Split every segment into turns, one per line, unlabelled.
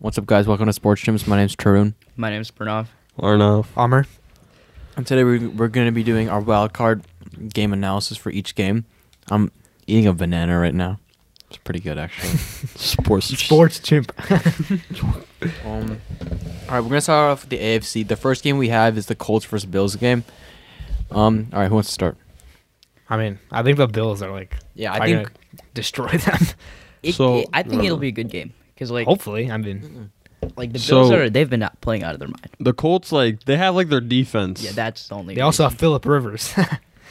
What's up, guys? Welcome to Sports Gyms. My name's Tarun,
My name's Pranav.
Arnav.
Armor.
and today we're, we're going to be doing our wild card game analysis for each game. I'm eating a banana right now. It's pretty good, actually.
Sports.
Sports chimp.
um, all right, we're going to start off with the AFC. The first game we have is the Colts versus Bills game. Um, all right, who wants to start?
I mean, I think the Bills are like
Yeah,
I think destroy them.
It,
So-
it- I think it'll be a good game because like
Hopefully, I mean,
like the
So-
Bills are they've been not playing out of their mind.
The Colts, like they have like their defense.
Yeah, that's the only.
they also have Philip Rivers.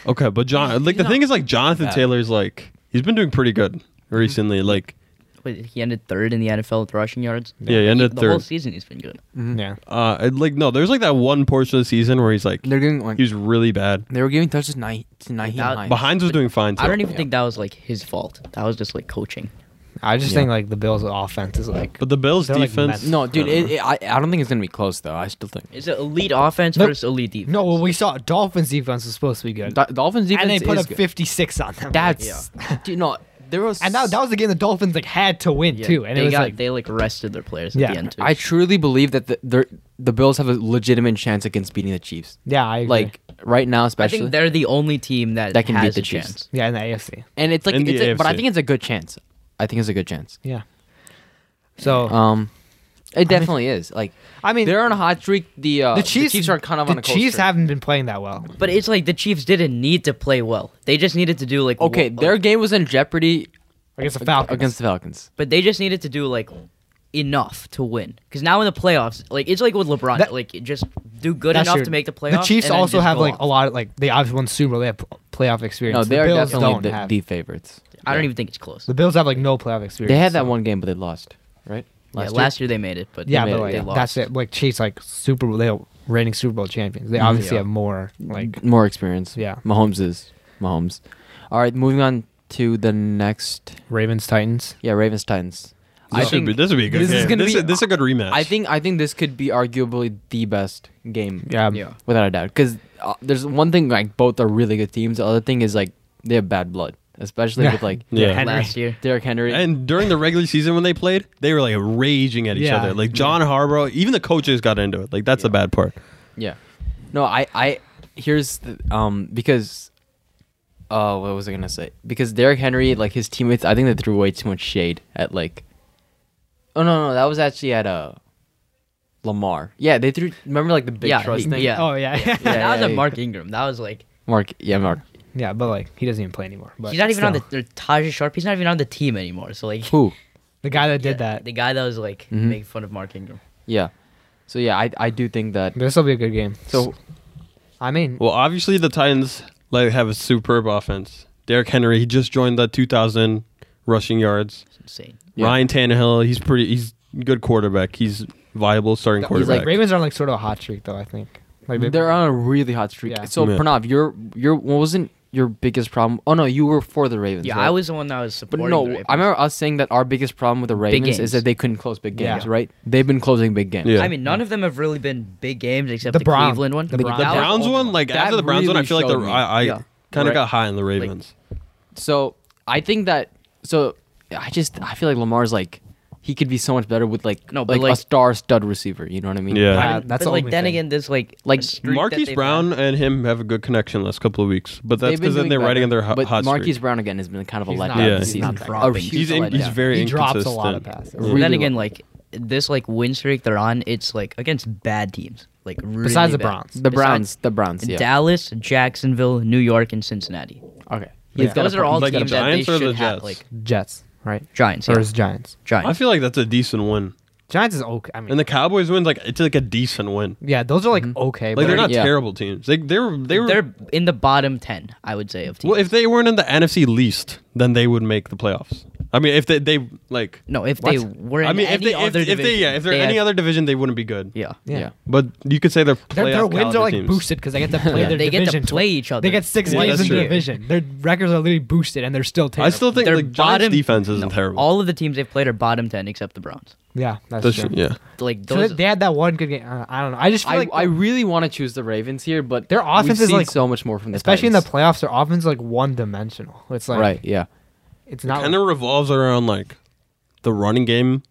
Okay, but John, like the thing is, like Jonathan
bad.
Taylor's like he's been doing pretty good recently. Like
Wait, he ended third in the NFL with rushing yards.
Yeah, he ended
The whole
third.
season he's been good.
yeah,
uh, and, like no, there's like that one portion of the season where he's like
They're doing like
he was really bad.
they were giving touches night to Naheem
Without-
Hines.
Behinds was doing fine. Too.
I don't even think that was like his fault. That was just like coaching.
I just
Yeah.
think like the Bills' offense is like
But the Bills'
They're, like,
defense.
messed.
No, dude,
I don't
it, it, I I don't think it's gonna be close though. I still think
Is it elite offense
No-
versus elite defense?
no. Well, we saw Dolphins' defense was supposed to be good,
Do- Dolphins defense
and they put
is
up
good.
56 on them.
That's dude, no, there was
and that, that was the game the Dolphins like had to win
Yeah,
too, and
they
it was
got
like
they like rested their players
Yeah.
at the end too.
I truly believe that the they're- the Bills have a legitimate chance against beating the Chiefs.
yeah, I agree.
Like right now,
I
especially.
think they're the only team that
That can
has
beat the
a
Chiefs.
chance.
yeah in the AFC.
and it's like,
In the
it's a, but I
AFC.
think it's a good chance. I think it's a good chance.
Yeah. Uh, So
Um, it definitely is. Like,
I mean,
they're on a hot streak. The uh, the Chiefs, are kind of
the
on a cold
Chiefs
streak.
haven't been playing that well.
But it's like the Chiefs didn't need to play well. They just needed to do like
okay.
wo-
Their game was in jeopardy
against the Falcons.
against the Falcons.
but they just needed to do like enough to win. Because now in the playoffs, like it's like with LeBron,
That-
like just do good
That's
enough
true.
to make the playoffs.
The Chiefs
and then
also
just
have
go
like
off.
a lot of like they obviously won Super Bowl. They have pl- playoff experience.
No,
The
they are
Bills
definitely
don't
the,
have.
the favorites.
I don't even think it's close.
The Bills have like no playoff experience.
They had that
so-
one game, but they lost, right?
yeah,
year?
last year they made it, but
Yeah,
they,
but
made
like
it, they lost.
that's it. Like Chiefs, like Super Bowl, they're reigning Super Bowl champions.
Mm,
They obviously
Yeah.
have more. Like
more experience.
Yeah.
Mahomes is Mahomes. All right, moving on to the next.
Ravens, Titans.
Yeah, Ravens Titans.
This should be. This would be a good
this
game.
is gonna
this,
be-
is, this is a good rematch.
I think I think this could be arguably the best game
Yeah,
yeah.
without a doubt because uh, there's one thing like both are really good teams. The other thing is like they have bad blood, especially
Yeah.
with like
Yeah.
Henry.
Last year,
Derrick Henry.
And during the regular season when they played, they were like raging at each
Yeah.
other. Like John Harbaugh, even the coaches got into it. Like that's the bad part.
yeah, no, I I here's the, um because. Uh, what was I gonna say? Because Derrick Henry, like his teammates, I think they threw way too much shade at like. Oh no no, that was actually at uh, Lamar. Yeah, they threw. Remember like the big
Yeah,
trust
he-
thing.
yeah.
Oh yeah, yeah,
Yeah,
that was
yeah,
a
yeah.
Mark Ingram. That was like
Mark. Yeah, Mark.
But like he doesn't even play anymore. But
he's not even on the
still.
or Tajay Sharp. He's not even on the team anymore. So like,
Who?
the guy that did
yeah,
that. Mm-hmm.
The guy that was like
Mhm.
making fun of Mark Ingram.
Yeah. So yeah, I I do think that.
This will be a good game.
So
I mean,
Well, obviously the Titans like have a superb offense. Derrick Henry, he just joined the 2,000 rushing yards.
It's insane.
Yeah.
Ryan Tannehill, he's pretty. He's good quarterback. He's viable starting
he's
quarterback.
like Ravens are on, like sort of a hot streak though. I think like
they're on a really hot streak.
Yeah.
So
Yeah.
Pranav, your your what wasn't your biggest problem? Oh no, you were for the Ravens.
Yeah,
right?
I was the one that was
But
supporting.
no,
the
I
Ravens.
remember us saying that our biggest problem with the Ravens is
games.
that they couldn't close big
Yeah.
games, right? They've been closing big games.
Yeah.
I mean, none of them have really been big games except
The
the,
Brown-
Cleveland one.
the
That
Brown-
was
The
Browns
only
one,
one.
like
That
after the Browns one, I
really
feel like the
showed me.
I, I
Yeah.
kind
Right.
of got high on the
Like-
Ravens.
So I think that so I just I feel like Lamar's like he could be so much better with like
No,
like,
but
a
like-
star stud receiver. You know what I mean?
Yeah.
Yeah,
But
Uh, that's the
like
only
then
thing.
again, this like
Like,
streak that
Marquise
they've
Brown
had.
and him have a good connection last couple of weeks, but that's
They've been
because then
doing
they're
better.
riding in their hot,
But
hot
Marquise
streak.
Brown again has been kind of a
He's
letdown
not-
Yeah.
this
he's
season.
not
A
dropping.
huge
He's in, he's
letdown.
very
He drops
inconsistent.
a lot of passes.
But
Yeah.
then
really
again,
low.
like this like win streak they're on, it's like against bad teams, like really
besides the
bad.
Browns.
The
Besides-
Browns, the Browns, yeah.
Dallas, Jacksonville, New York, and Cincinnati.
Okay.
Yeah.
He's got
Those
a
are all
point.
Like the
teams that they
Giants or
should
the
have.
Jets?
Like
Giants, right?
Giants,
Or
yeah.
is Giants?
I
Giants.
feel like that's a decent win,
Giants is okay. I mean,
and the Cowboys wins like it's like a decent win.
yeah, those are like
Mm-hmm.
okay.
Like
but
they're not
Yeah.
terrible teams. They they were they were
They're in the bottom ten, I would say, of teams.
well if they weren't in the NFC least, then they would make the playoffs. I mean, if they they like,
no, if they were in
I mean, if
any
they if,
other
if they
division,
yeah, if they're any
have-
other division, they wouldn't be good.
yeah.
Yeah.
Yeah.
But you could say they're
Their, their
playoff
wins
caliber
are like
teams.
boosted because they get to play their
They get to
division
play
twice.
each other.
They get six
Yeah,
games
that's
in the
true.
division. Their records are literally boosted, and they're still terrible.
I still think
Their
like Giants
bottom-
defense isn't
no,
terrible.
All of the teams they've played are bottom ten except the Browns.
yeah, that's,
That's
true.
true, yeah.
Like
So they-
those,
they had that one good game. Uh, I don't know. I just feel
I,
like,
I
the-
really want to choose the Ravens here, but
Their offense
we've
is,
seen
like-
so much more from the
especially in the
Titans.
playoffs, their offense is like one dimensional. It's like
right. Yeah,
It's not.
kind of revolves around like the running game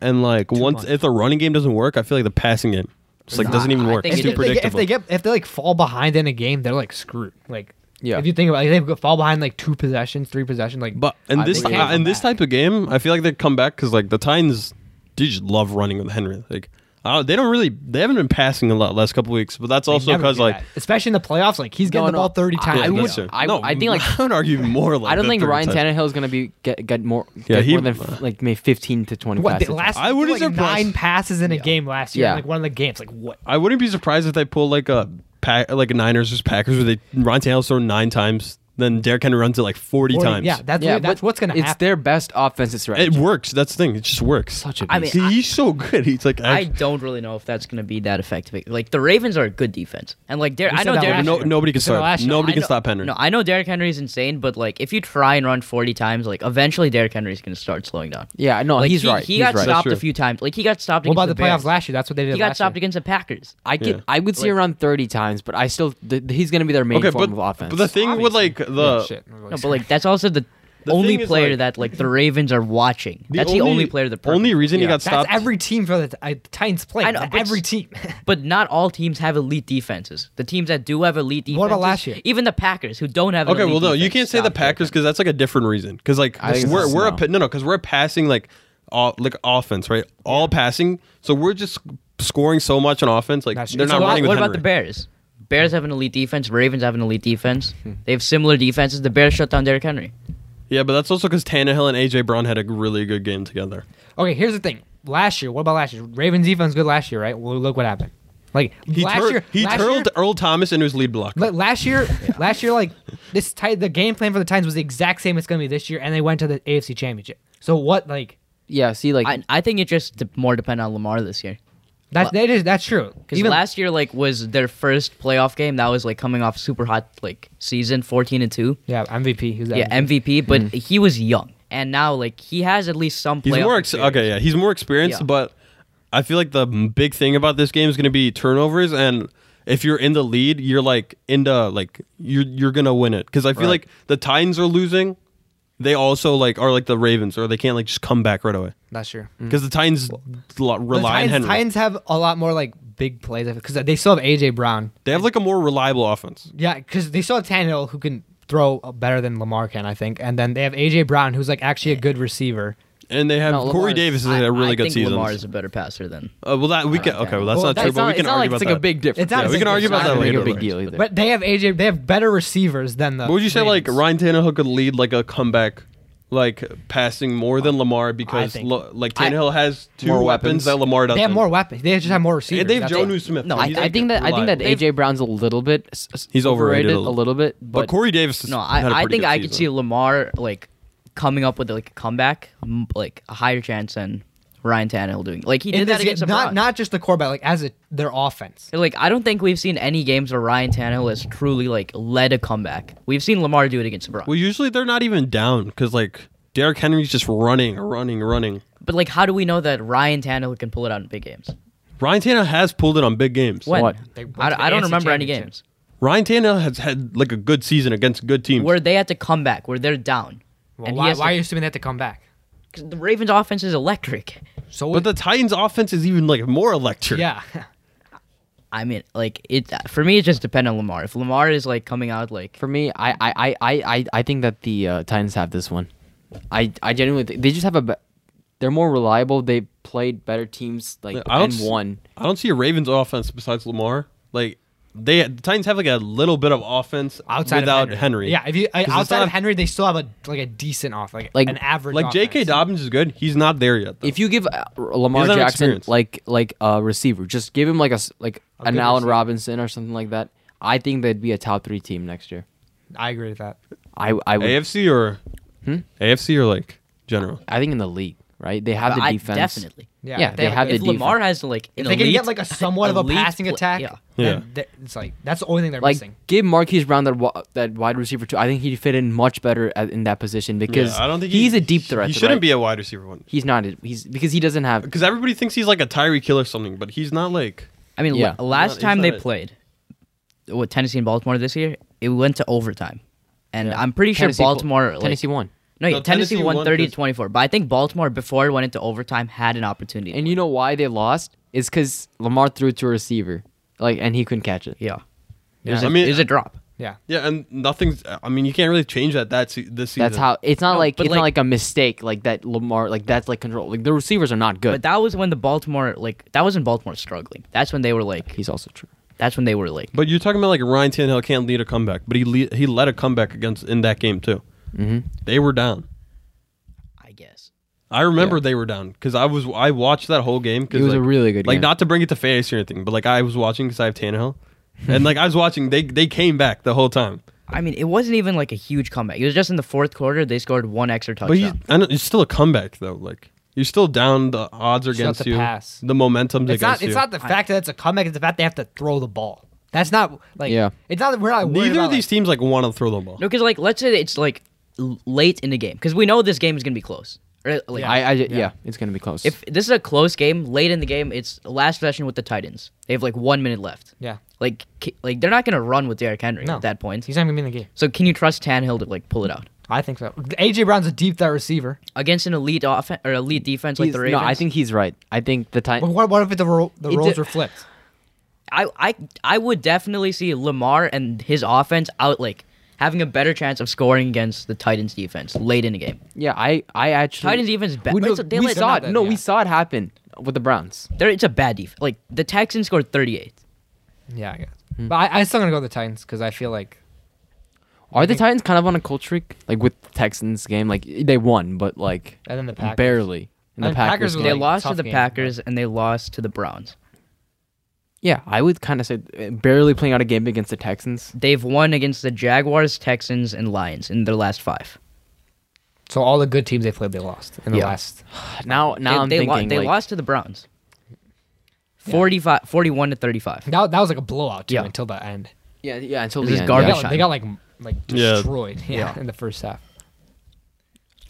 And like once
much.
if the running game doesn't work, I feel like the passing game just like
Nah,
doesn't even
I
work.
think
It's
it
too
is. If they
predictable.
If they get if they like fall behind in a game, they're like screwed. Like
Yeah.
if you think about it, they fall behind like two possessions, three possessions. Like
but in
I
this
think they
uh,
come
in this
back.
type of game, I feel like they come back because like the Titans, they just love running with Henry. Like I don't- they don't really they haven't been passing a lot last couple weeks, but that's
they
also
never
because
do
like
that. especially in the playoffs, like he's getting
No,
the
no,
ball thirty
I-
times.
Yeah,
I would-
that's true.
I- I think, like-
I would argue more. Like
I don't
the
think
third
Ryan
touch.
Tannehill is gonna be get, get more.
Yeah,
get
he-
more than f- like maybe fifteen to twenty.
What
passes.
the last?
I wouldn't
like
surprise-
nine passes in a game last year.
Yeah.
like one of the games. Like what?
I wouldn't be surprised if they pull like a pack, like a Niners versus Packers, where they Ryan Tannehill's thrown nine times, then Derrick Henry runs it like forty,
Or-
times.
Yeah, that's
yeah,
what- that's
but
what's gonna
It's
happen.
their best offensive
it
strategy.
works. That's the thing. It just works. Such
a
I beast. mean, I-
he's so good. He's like
I
act-
don't really know if that's going to be that effective. Like the Ravens are a good defense, and like Derek,
We
I
said
know
that
Derek.
last
no,
year.
nobody can
It's in the
stop.
last shot.
Nobody
I
can
know-
stop Henry.
No, I know Derrick Henry's insane, but like if you try and run 40 times, like eventually Derrick Henry's going to start slowing down.
yeah, no,
like,
he's
he,
right.
He
he's
got
right.
stopped a
true.
few times. Like he got stopped
Well, by the
against
playoffs
Bears.
last year, that's what they did.
He got
last
stopped
year.
against the Packers.
I could
Yeah.
I would see
Like-
around thirty times, but I still th- th- he's gonna be their main
okay,
form
but,
of offense.
but the thing with like the
Yeah, shit.
No, but like that's also the,
The
only
thing is,
player
like-
that like the Ravens are watching. that's the only player. The
only reason he got
that's
stopped.
every team for the T- I- Titans play.
I know,
That's
but-
every team.
But not all teams have elite defenses. The teams that do have elite defenses.
What about last year?
Even the Packers, who don't have. an
Okay,
elite
well, no, you
defense,
can't say the
stopped Derrick
Packers
Henry.
because that's like a different reason. Because like
I think
we're
it's
we're a
no.
pa- no no because we're passing like all like offense right all passing. So we're just scoring so much on offense. Like
That's-
they're
it's
not
a lot-
running
What,
with
what about
Henry.
the Bears? Bears have an elite defense. Ravens have an elite defense.
Hmm.
They have similar defenses. The Bears shut down Derrick Henry.
Yeah, but that's also because Tannehill and AJ Brown had a really good game together.
okay, here's the thing. Last year, what about last year? Ravens defense good last year, right? Well, look what happened. Like
He
last
tur-
year,
he
last
turled
year-
Earl Thomas into his lead block.
But last year, last year, like this, ti- the game plan for the Titans was the exact same. It's going to be this year, and they went to the AFC Championship. So what? Like
yeah, see, like
I, I think it just de- more depend on Lamar this year.
that, that is that's true.
Because last year, like, was their first playoff game. That was like coming off super hot like season, fourteen and two.
yeah, MVP. He was the
Yeah,
MVP.
MVP. But he was young, and now like he has at least some.
Hmm. he's
playoff
more ex-
experience.
okay. Yeah, he's more experienced,
Yeah.
but I feel like the m- big thing about this game is going to be turnovers and. If you're in the lead, you're like into like you're you're gonna win it because I feel
Right.
like the Titans are losing. They also like are like the Ravens, or they can't like just come back right away
That's true.
because the Titans lo- rely
The
on
Titans,
Henry.
Titans have a lot more like big plays because they still have AJ Brown.
they have like a more reliable offense.
Yeah, because they still have Tannehill who can throw better than Lamar can, I think, and then they have AJ Brown who's like actually a good receiver.
And they have
No,
Corey
Lamar's-
Davis has
I-
had a really
I
good
think
season.
Lamar is a better passer than.
Uh, well, that we can okay. Well, that's
Well,
not
that's
true, but we
not-
can
not
argue
like
about
it's
that.
like a big difference.
It's not
Yeah,
a
we
big
can argue
difference.
about that
It's not
later.
a big deal either.
But they have AJ. They have better receivers than the.
What would you say, like
Ravens.
Ryan Tannehill could lead like a comeback, like passing more than Lamar because
think-
lo- like Tannehill has two weapons,
weapons.
that Lamar doesn't.
They have more weapons. They just have more receivers.
And they have
that's
Jonu
it.
Smith.
No,
and
I-
he's,
I
like,
think that I think that
reliable.
AJ Brown's a little bit s- s-
He's overrated a
a
little-
little bit,
but,
but,
Corey Davis. has
No,
had a
I, I
pretty
think
good
I
season.
could see Lamar like coming up with like a comeback, m- like a higher chance than Ryan Tannehill doing. Like he did
In
that
this game,
against the
not
Browns.
not just the quarterback, like as a, their offense.
Like I don't think we've seen any games where Ryan Tannehill has truly like led a comeback. We've seen Lamar do it against the Browns.
Well, usually they're not even down because like Derrick Henry's just running, running, running.
but like, how do we know that Ryan Tannehill can pull it out in big games?
Ryan Tannehill has pulled it on big games.
When?
What?
They went
I,
to the
I don't
AFC
remember any
Championship.
games
Ryan Tannehill has had like a good season against good teams.
where they had to come back, where they're down.
Well, why,
has
why
to-
are you assuming they have to come back?
'cause the Ravens' offense is electric.
So
but the Titans' offense is even like more electric.
yeah,
I mean, like it for me, it just depends on Lamar. If Lamar is like coming out like
for me, I I I I I- I think that the uh, Titans have this one. I I genuinely think they just have a be- they're more reliable. They played better teams like
I don't
and
s-
won.
I don't see a Ravens offense besides Lamar. Like they the Titans have like a little bit of offense
outside
without
of
Henry.
Henry. Yeah, if you I,
'Cause it's
outside
not-
of Henry, they still have a like a decent off, like,
Like-
an average.
like J.K.
offense.
Dobbins is good. He's not there yet. Though.
If you give uh, Lamar
He's not
Jackson
experienced.
like like a receiver, just give him like a s- like an
good
Allen
receiver.
Robinson or something like that. I think they'd be a top three team next year.
I agree with that.
I I would,
AFC or AFC or like general.
I think in the league, right? They have the
I,
defense.
definitely.
Yeah,
Yeah, they
have a
have the
if
defense.
Lamar has like an
If they can
elite-
get like a somewhat of a
elite
passing
pl-
attack,
yeah.
then
Yeah.
th- it's like that's the only thing they're
Like
missing.
give Marquise Brown that wa- that wide receiver too. I think he'd fit in much better at, in that position because
I don't think
he's a deep threat.
He shouldn't
right?
be a wide receiver one
He's not. He's because he doesn't have.
because everybody thinks he's like a Tyree kill or something, but he's not like.
I mean,
Yeah.
la- last
He's not-
time
he's
they
not a-
played, what Tennessee and Baltimore this year, it went to overtime, and I'm pretty sure
Tennessee pull-
Baltimore. like-
Tennessee won.
No, yeah,
No,
Tennessee,
Tennessee
won
won
30 to
'cause-
24, but I think Baltimore before it went into overtime had an opportunity.
And you know why they lost? It's because Lamar threw it to a receiver, like, and he couldn't catch it.
yeah.
Yeah.
It was, a,
I mean-
it was a drop.
Yeah.
Yeah, and nothing's. I mean, you can't really change that. That se- this season.
That's how. It's not
No,
like
but
it's not
like-
like a mistake. Like that Lamar. Like that's like control. Like the receivers are not good.
But that was when the Baltimore like that was when Baltimore was struggling. That's when they were like
He's also true.
that's when they were like
But you're talking about like Ryan Tannehill can't lead a comeback, but he lead, he led a comeback against in that game too.
Mhm.
They were down.
I guess.
I remember they were down because I was I watched that whole game.
It was a really good
like
game.
not to bring it to face or anything, but like I was watching because I have Tannehill, and like I was watching. They they came back the whole time,
I mean, it wasn't even like a huge comeback. It was just in the fourth quarter they scored one extra
but you,
touchdown.
I know, it's still a comeback though. Like you're still down. The odds are
Still have
against
to
you.
pass.
The momentum's
It's
against
not.
you.
It's not the fact that it's a comeback. It's the fact they have to throw the ball. That's not like.
Yeah.
It's not. that We're not. worried
Neither
about,
of these teams like want to throw the ball.
No, because like let's say it's like l- late in the game because we know this game is gonna be close. Or, like,
I, I yeah. it's gonna be close.
If this is a close game, late in the game, it's last possession with the Titans. They have like one minute left.
Yeah.
Like, ki- like they're not gonna run with Derrick Henry
No.
at that point.
He's not even in the game.
So can you trust Tannehill to like pull it out
I think so. AJ Brown's a deep threat receiver.
against an elite offense or elite defense like
He's-
the
no,
Ravens?
I think he's right. I think the
But
time.
what, what if the ro- the
It
roles
de-
were flipped?
I, I I would definitely see Lamar and his offense out like having a better chance of scoring against the Titans defense late in the game.
Yeah, I I actually
Titans defense is bad.
We,
It's a- they
we
let-
saw
they're
it. No,
not bad,
we
yeah.
saw it happen with the Browns.
There it's a bad defense. Like the Texans scored 38.
Yeah, I guess. But I, I'm still gonna go with the Titans because I feel like
Are the Titans kind of on a cold streak? Like with the Texans game, like they won, but like
And then the Packers.
barely. And the
And
Packers,
Packers were
game.
They
Like,
lost to
tough
the
game,
Packers and they lost to the Browns.
yeah, I would kind of say uh, barely playing out a game against the Texans.
They've won against the Jaguars, Texans, and Lions in their last five.
so all the good teams they played they lost in the
Yeah.
last.
Now, now
they,
I'm
they lo-
thinking
they
like,
lost to the Browns. 45, 41 to 35.
That, that was like a blowout too
Yeah.
until the end.
Yeah, yeah, until
This
the
is
end,
They
garbage
yeah.
got, they got like m- like
Yeah.
destroyed. Yeah.
Yeah.
in the first half.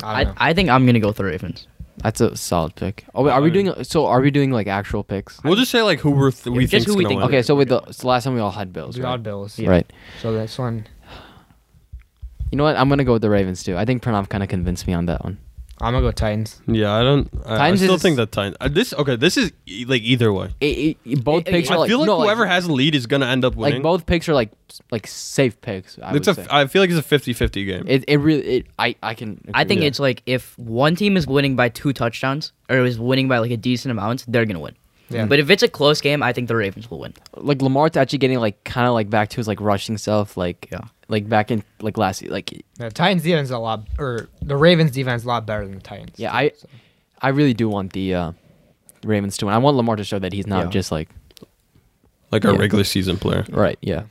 I
I,
don't know.
I think I'm going to go with the Ravens.
That's a solid pick. Oh, wait, are we doing? So are we doing like actual picks?
We'll just say like who we're th- we
just
think.
who we think-
Okay, so with the so last time we all had Bills,
The
right?
odd Bills.
Right.
So this one,
You know what? I'm gonna go with the Ravens too. I think Pranav kind of convinced me on that one.
I'm gonna go Titans.
Yeah, I don't. I, I
Titans
still
is-
think that Titans. Uh, this okay. This is e- like either way.
It- it- it- both
It-
picks
it-
are
I
like
feel like
no,
whoever
like,
has the lead is gonna end up winning.
like both picks are like s- like safe picks. I
it's
would
a.
say.
I feel like it's a 50-50 game.
it it really it, I I can.
I
agree
think
with
it's like if one team is winning by two touchdowns or is winning by like a decent amount, they're gonna win.
Yeah.
But if it's a close game, I think the Ravens will win.
like Lamar's actually getting like kind of like back to his like rushing self, like
Yeah.
like back in like last year. Like
The Titans defense is a lot, or the Ravens defense is a lot better than the Titans.
yeah,
too,
I
so.
I really do want the uh Ravens to win. I want Lamar to show that he's not
Yeah.
just like
like a
Yeah.
regular season player.
right. Yeah.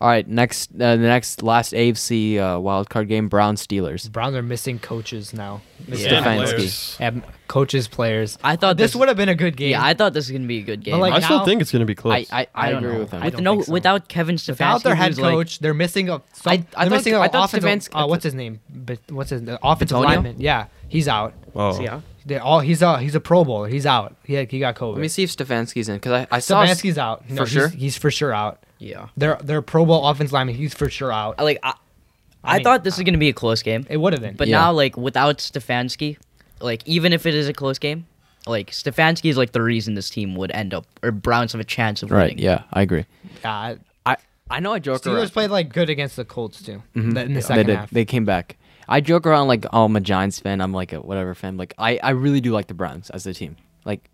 All right. Next, uh, the next last AFC uh, wild card game: Brown Steelers.
The Browns are missing coaches now. Missing
Yeah. Stefanski.
players.
Have coaches, players.
I thought
this,
this-
would have been a good game.
Yeah, I thought this was gonna be a good game.
like,
I still
now-
think it's gonna be
I
close.
I, I,
I don't
agree
know.
with him.
I
with
don't
no
think so.
without Kevin Stefanski,
without their head
who's, like-
coach, they're missing a. Some,
I- I
they're
thought-
missing a
I thought
offensive.
Stefanski-
uh, what's his name? But what's his uh, offensive
Antonio?
lineman? Yeah, he's out.
oh,
yeah.
They all he's a he's a Pro Bowler. He's out. He had, he got COVID.
Let me see if Stefanski's in because I, I saw
Stefanski's out
for
he's,
sure?
He's for sure out.
yeah,
They're they're Pro Bowl offensive lineman. He's for sure out.
I- like I, I,
mean, uh,
thought this was gonna be a close game,
It would have been.
but
Yeah.
now like without Stefanski, like even if it is a close game, like Stefanski is like the reason this team would end up or Browns have a chance of
right.
winning.
Yeah, I agree.
yeah,
I I know I joke around.
Steelers played like good against the Colts too in the
Mm-hmm. they
second
did.
half.
They came back. I joke around like, oh, I'm a Giants fan. I'm like a whatever fan. Like, I, I really do like the Browns as a team. Like,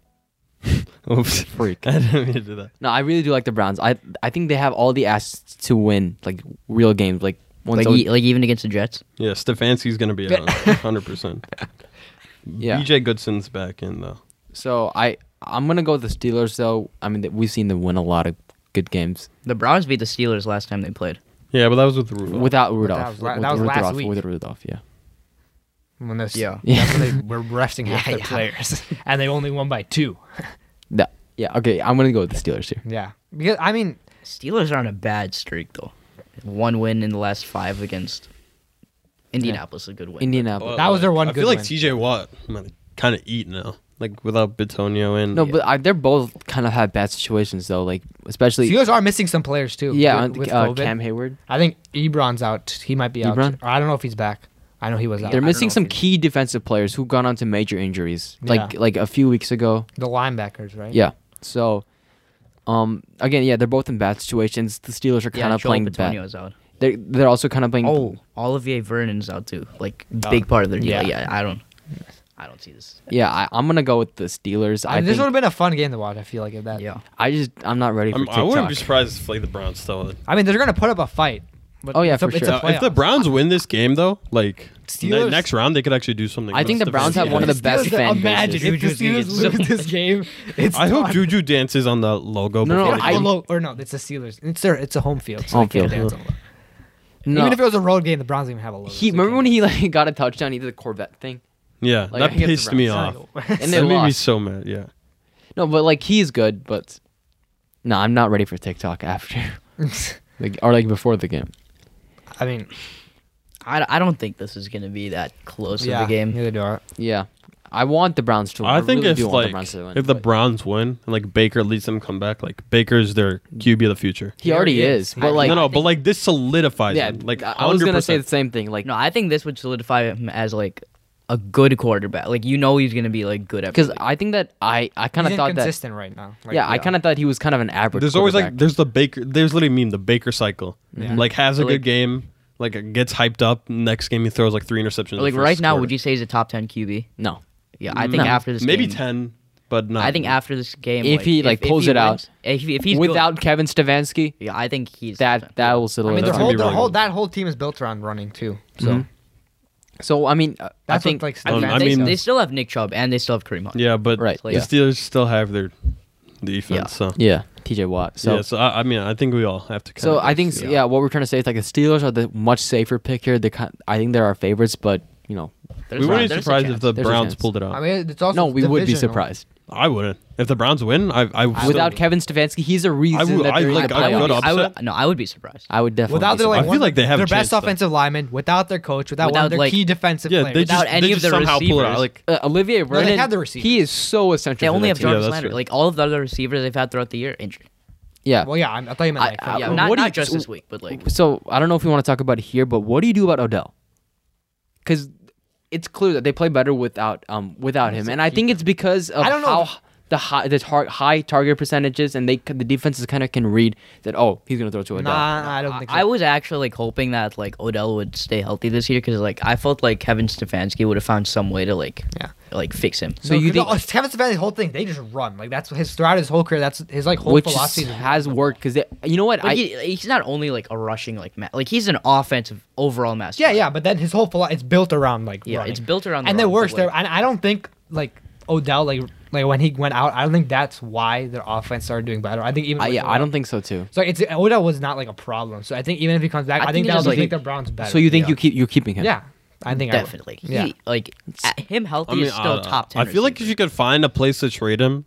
Oops.
freak.
I didn't mean to do that.
No, I really do like the Browns. I I think they have all the assets to win like real games. Like once
Like,
I would-
e- like even against the Jets.
Yeah, Stefanski's gonna be out, hundred percent.
yeah.
BJ Goodson's back in though.
So I I'm gonna go with the Steelers though. I mean th- we've seen them win a lot of good games
The Browns beat the Steelers last time they played.
Yeah, but that was with Rudolph.
without Rudolph.
was la-
with
that was last
Rudolph,
week.
With Rudolph, yeah.
when this,
Yeah.
that's when they were resting half
Yeah,
their
yeah.
players, and they only won by two.
That, yeah. Okay, I'm gonna go with the Steelers here.
Yeah, because I mean,
Steelers are on a bad streak though. One win in the last five against Indianapolis, is a good win.
Indianapolis.
That was their one
I
good
feel like
win.
TJ Watt kind of eat now, like without Bitonio in.
no, but I, they're both kind of had bad situations though. Like especially
Steelers are missing some players too.
yeah,
with-
on-
with
uh,
COVID.
Cam Hayward.
I think Ebron's out. He might be out.
Ebron?
Or I don't know if he's back. I know he was out.
They're
don't
missing
know
some
if he's-
key defensive players who gone on to major injuries, like
Yeah.
like a few weeks ago.
the linebackers, right?
Yeah. So, um, again, yeah, they're both in bad situations. The Steelers are kind
yeah,
of playing
Petonio
bad.
is out.
They're they're also kind of playing.
Oh, Olivier Vernon's out too. Like big part of their deal.
Oh. yeah.
Yeah. I don't, I don't see this.
Yeah, I, I'm gonna go with the Steelers.
I
I,
mean, this
think,
would have been a fun game to watch. I feel like if that.
Yeah,
I just I'm not ready for
I'm, I
TikTok.
wouldn't be surprised if like the Browns still.
I mean, they're gonna put up a fight. But
Oh, yeah,
it's a-
for
it's a
sure.
Now, if the
playoffs.
Browns win this game though, like ne-
Steelers-
next round they could actually do something.
I think
That's
the Browns have one of the
Steelers-
best fan
Imagine
bases.
if the
Juju's gonna
Steelers
get
lose this game. It's
I hope
done.
Juju dances on the logo.
No, no,
before
Or
the
I-
game.
low- or no, it's the Steelers. It's their, it's a home field. so
Home
they can't
field.
dance on it.
no,
Even if it was a road game, the Browns didn't even have a logo.
he remember when he like got a touchdown, he did the Corvette thing,
yeah,
Like, I
that
think it's
pissed
the
me
Browns.
off.
he?
and they
that made me
lost.
so mad. Yeah,
No, but like he's good, but no, I'm not ready for TikTok after like, or like before the game.
I mean,
I, I don't think this is gonna be that close
yeah,
of a game.
Neither do I.
Yeah, I want the Browns to. win.
I think
really
if
do want the
like
Browns to win.
if the
but-
Browns win and like Baker leads them come back, like Baker's their QB of the future.
he already is,
I-
but like
no, no,
I think-
but like this solidifies
yeah,
them. Like
I was gonna say
100%.
the same thing. Like
No, I think this would solidify him as like a good quarterback. Like you know he's gonna be like good at
because I think that I I kind of
He's
thought that
inconsistent right now. Like,
yeah, I kind of thought he was kind of an average.
There's always like
quarterback.
there's the Baker. There's literally meme the Baker cycle. Mm-hmm.
Yeah.
Like has a
Like-
good game, like gets hyped up. Next game he throws like three interceptions. in the
like
first
right now.
quarter.
Would you say he's a top ten QB?
no.
Yeah, I
No.
think after this
maybe
game,
ten, but not.
I think after this game,
If he, like, pulls it out
wins- if, he- if he's good-
Without Kevin Stefanski,
yeah, I think he's
that that will
I mean,
solidify.
their
that's gonna
whole,
be
their
really
whole
good.
that whole team is built around running too. So
Mhm. so I mean, uh, I
that's
think
what, like
I
Stefanski
they,
mean-
they still have Nick Chubb and they still have Kareem Hunt.
Yeah, but
Right,
the
yeah.
Steelers still have their defense.
Yeah.
So
yeah, T.J. Watt. So
yeah, so I, I mean, I think we all have to. Kind
So I think yeah. what we're trying to say is like the Steelers are the much safer pick here. They kind, I think they're our favorites, but you know,
There's
we
a-
wouldn't be
there's a
surprised
chance.
if the
There's a
Browns
chance.
pulled it out.
I
I,
mean, it's also
no, we would be
divisional.
surprised.
wouldn't. If the Browns win, I I would
Without
still,
Kevin Stefanski, he's a reason
would-
that
I
they're in
like-
the
I
playoffs. I
would
would,
up-
I would,
upset?
no, I would be surprised.
definitely.
Without
be
their like,
I feel
one,
like they have a
their
chance,
best
though.
offensive lineman, without their coach, without, one
Without,
of their
like-
key defensive
yeah,
players.
they
Without
just
any
they
of
just
the
somehow pull it out.
receivers.
Like
surprised. Uh, Olivier
they
Vernon,
have the receivers.
he is so essential.
They
for that
only have
team.
Yeah,
Jarvis
that's
Landry.
true.
Like all of the other receivers they've had throughout the year injured.
Yeah.
Well, yeah, I'm- I thought you meant like.
I-
uh, for-
Yeah,
Uh,
Yeah,
but
not,
what do you-
not just this
so-
week, but like
so I don't know if we want to talk about it here, but what do you do about Odell? Because it's clear that they play better without um without him, and I think it's because of
I don't know
how
if-
the high the tar- high target percentages and they c- the defenses kind of can read that oh he's gonna throw to Odell.
Nah, nah, I don't think so.
I was actually like hoping that like Odell would stay healthy this year because like I felt like Kevin Stefanski would have found some way to like
Yeah.
like fix him.
So
No,
you
'cause
think-
the- Kevin Stefanski's whole thing? They just run like that's his throughout his whole career. That's his like whole
which
philosophy. is-
has worked because you know what
But
I
he, he's not only like a rushing like ma- like he's an offensive overall master.
yeah, yeah, but then his whole philosophy it's built around like
Yeah,
running.
it's built around the
and then
run,
worse
but,
there.
like-
And I don't think like Odell like like when he went out. I don't think that's why their offense started doing better. I think even
I,
with
Uh, yeah I
Odell-
don't think so too.
So it's Odell was not like a problem. So I think even if he comes back, I,
I think
think that
it's
would
like-
make the Browns better.
So you think
yeah.
you keep you're keeping him?
Yeah, I think I would.
definitely.
Yeah.
He, like a- him healthy
I mean,
is
I
still
don't know.
top ten.
uh, I feel like if
receiver.
you could find a place to trade him,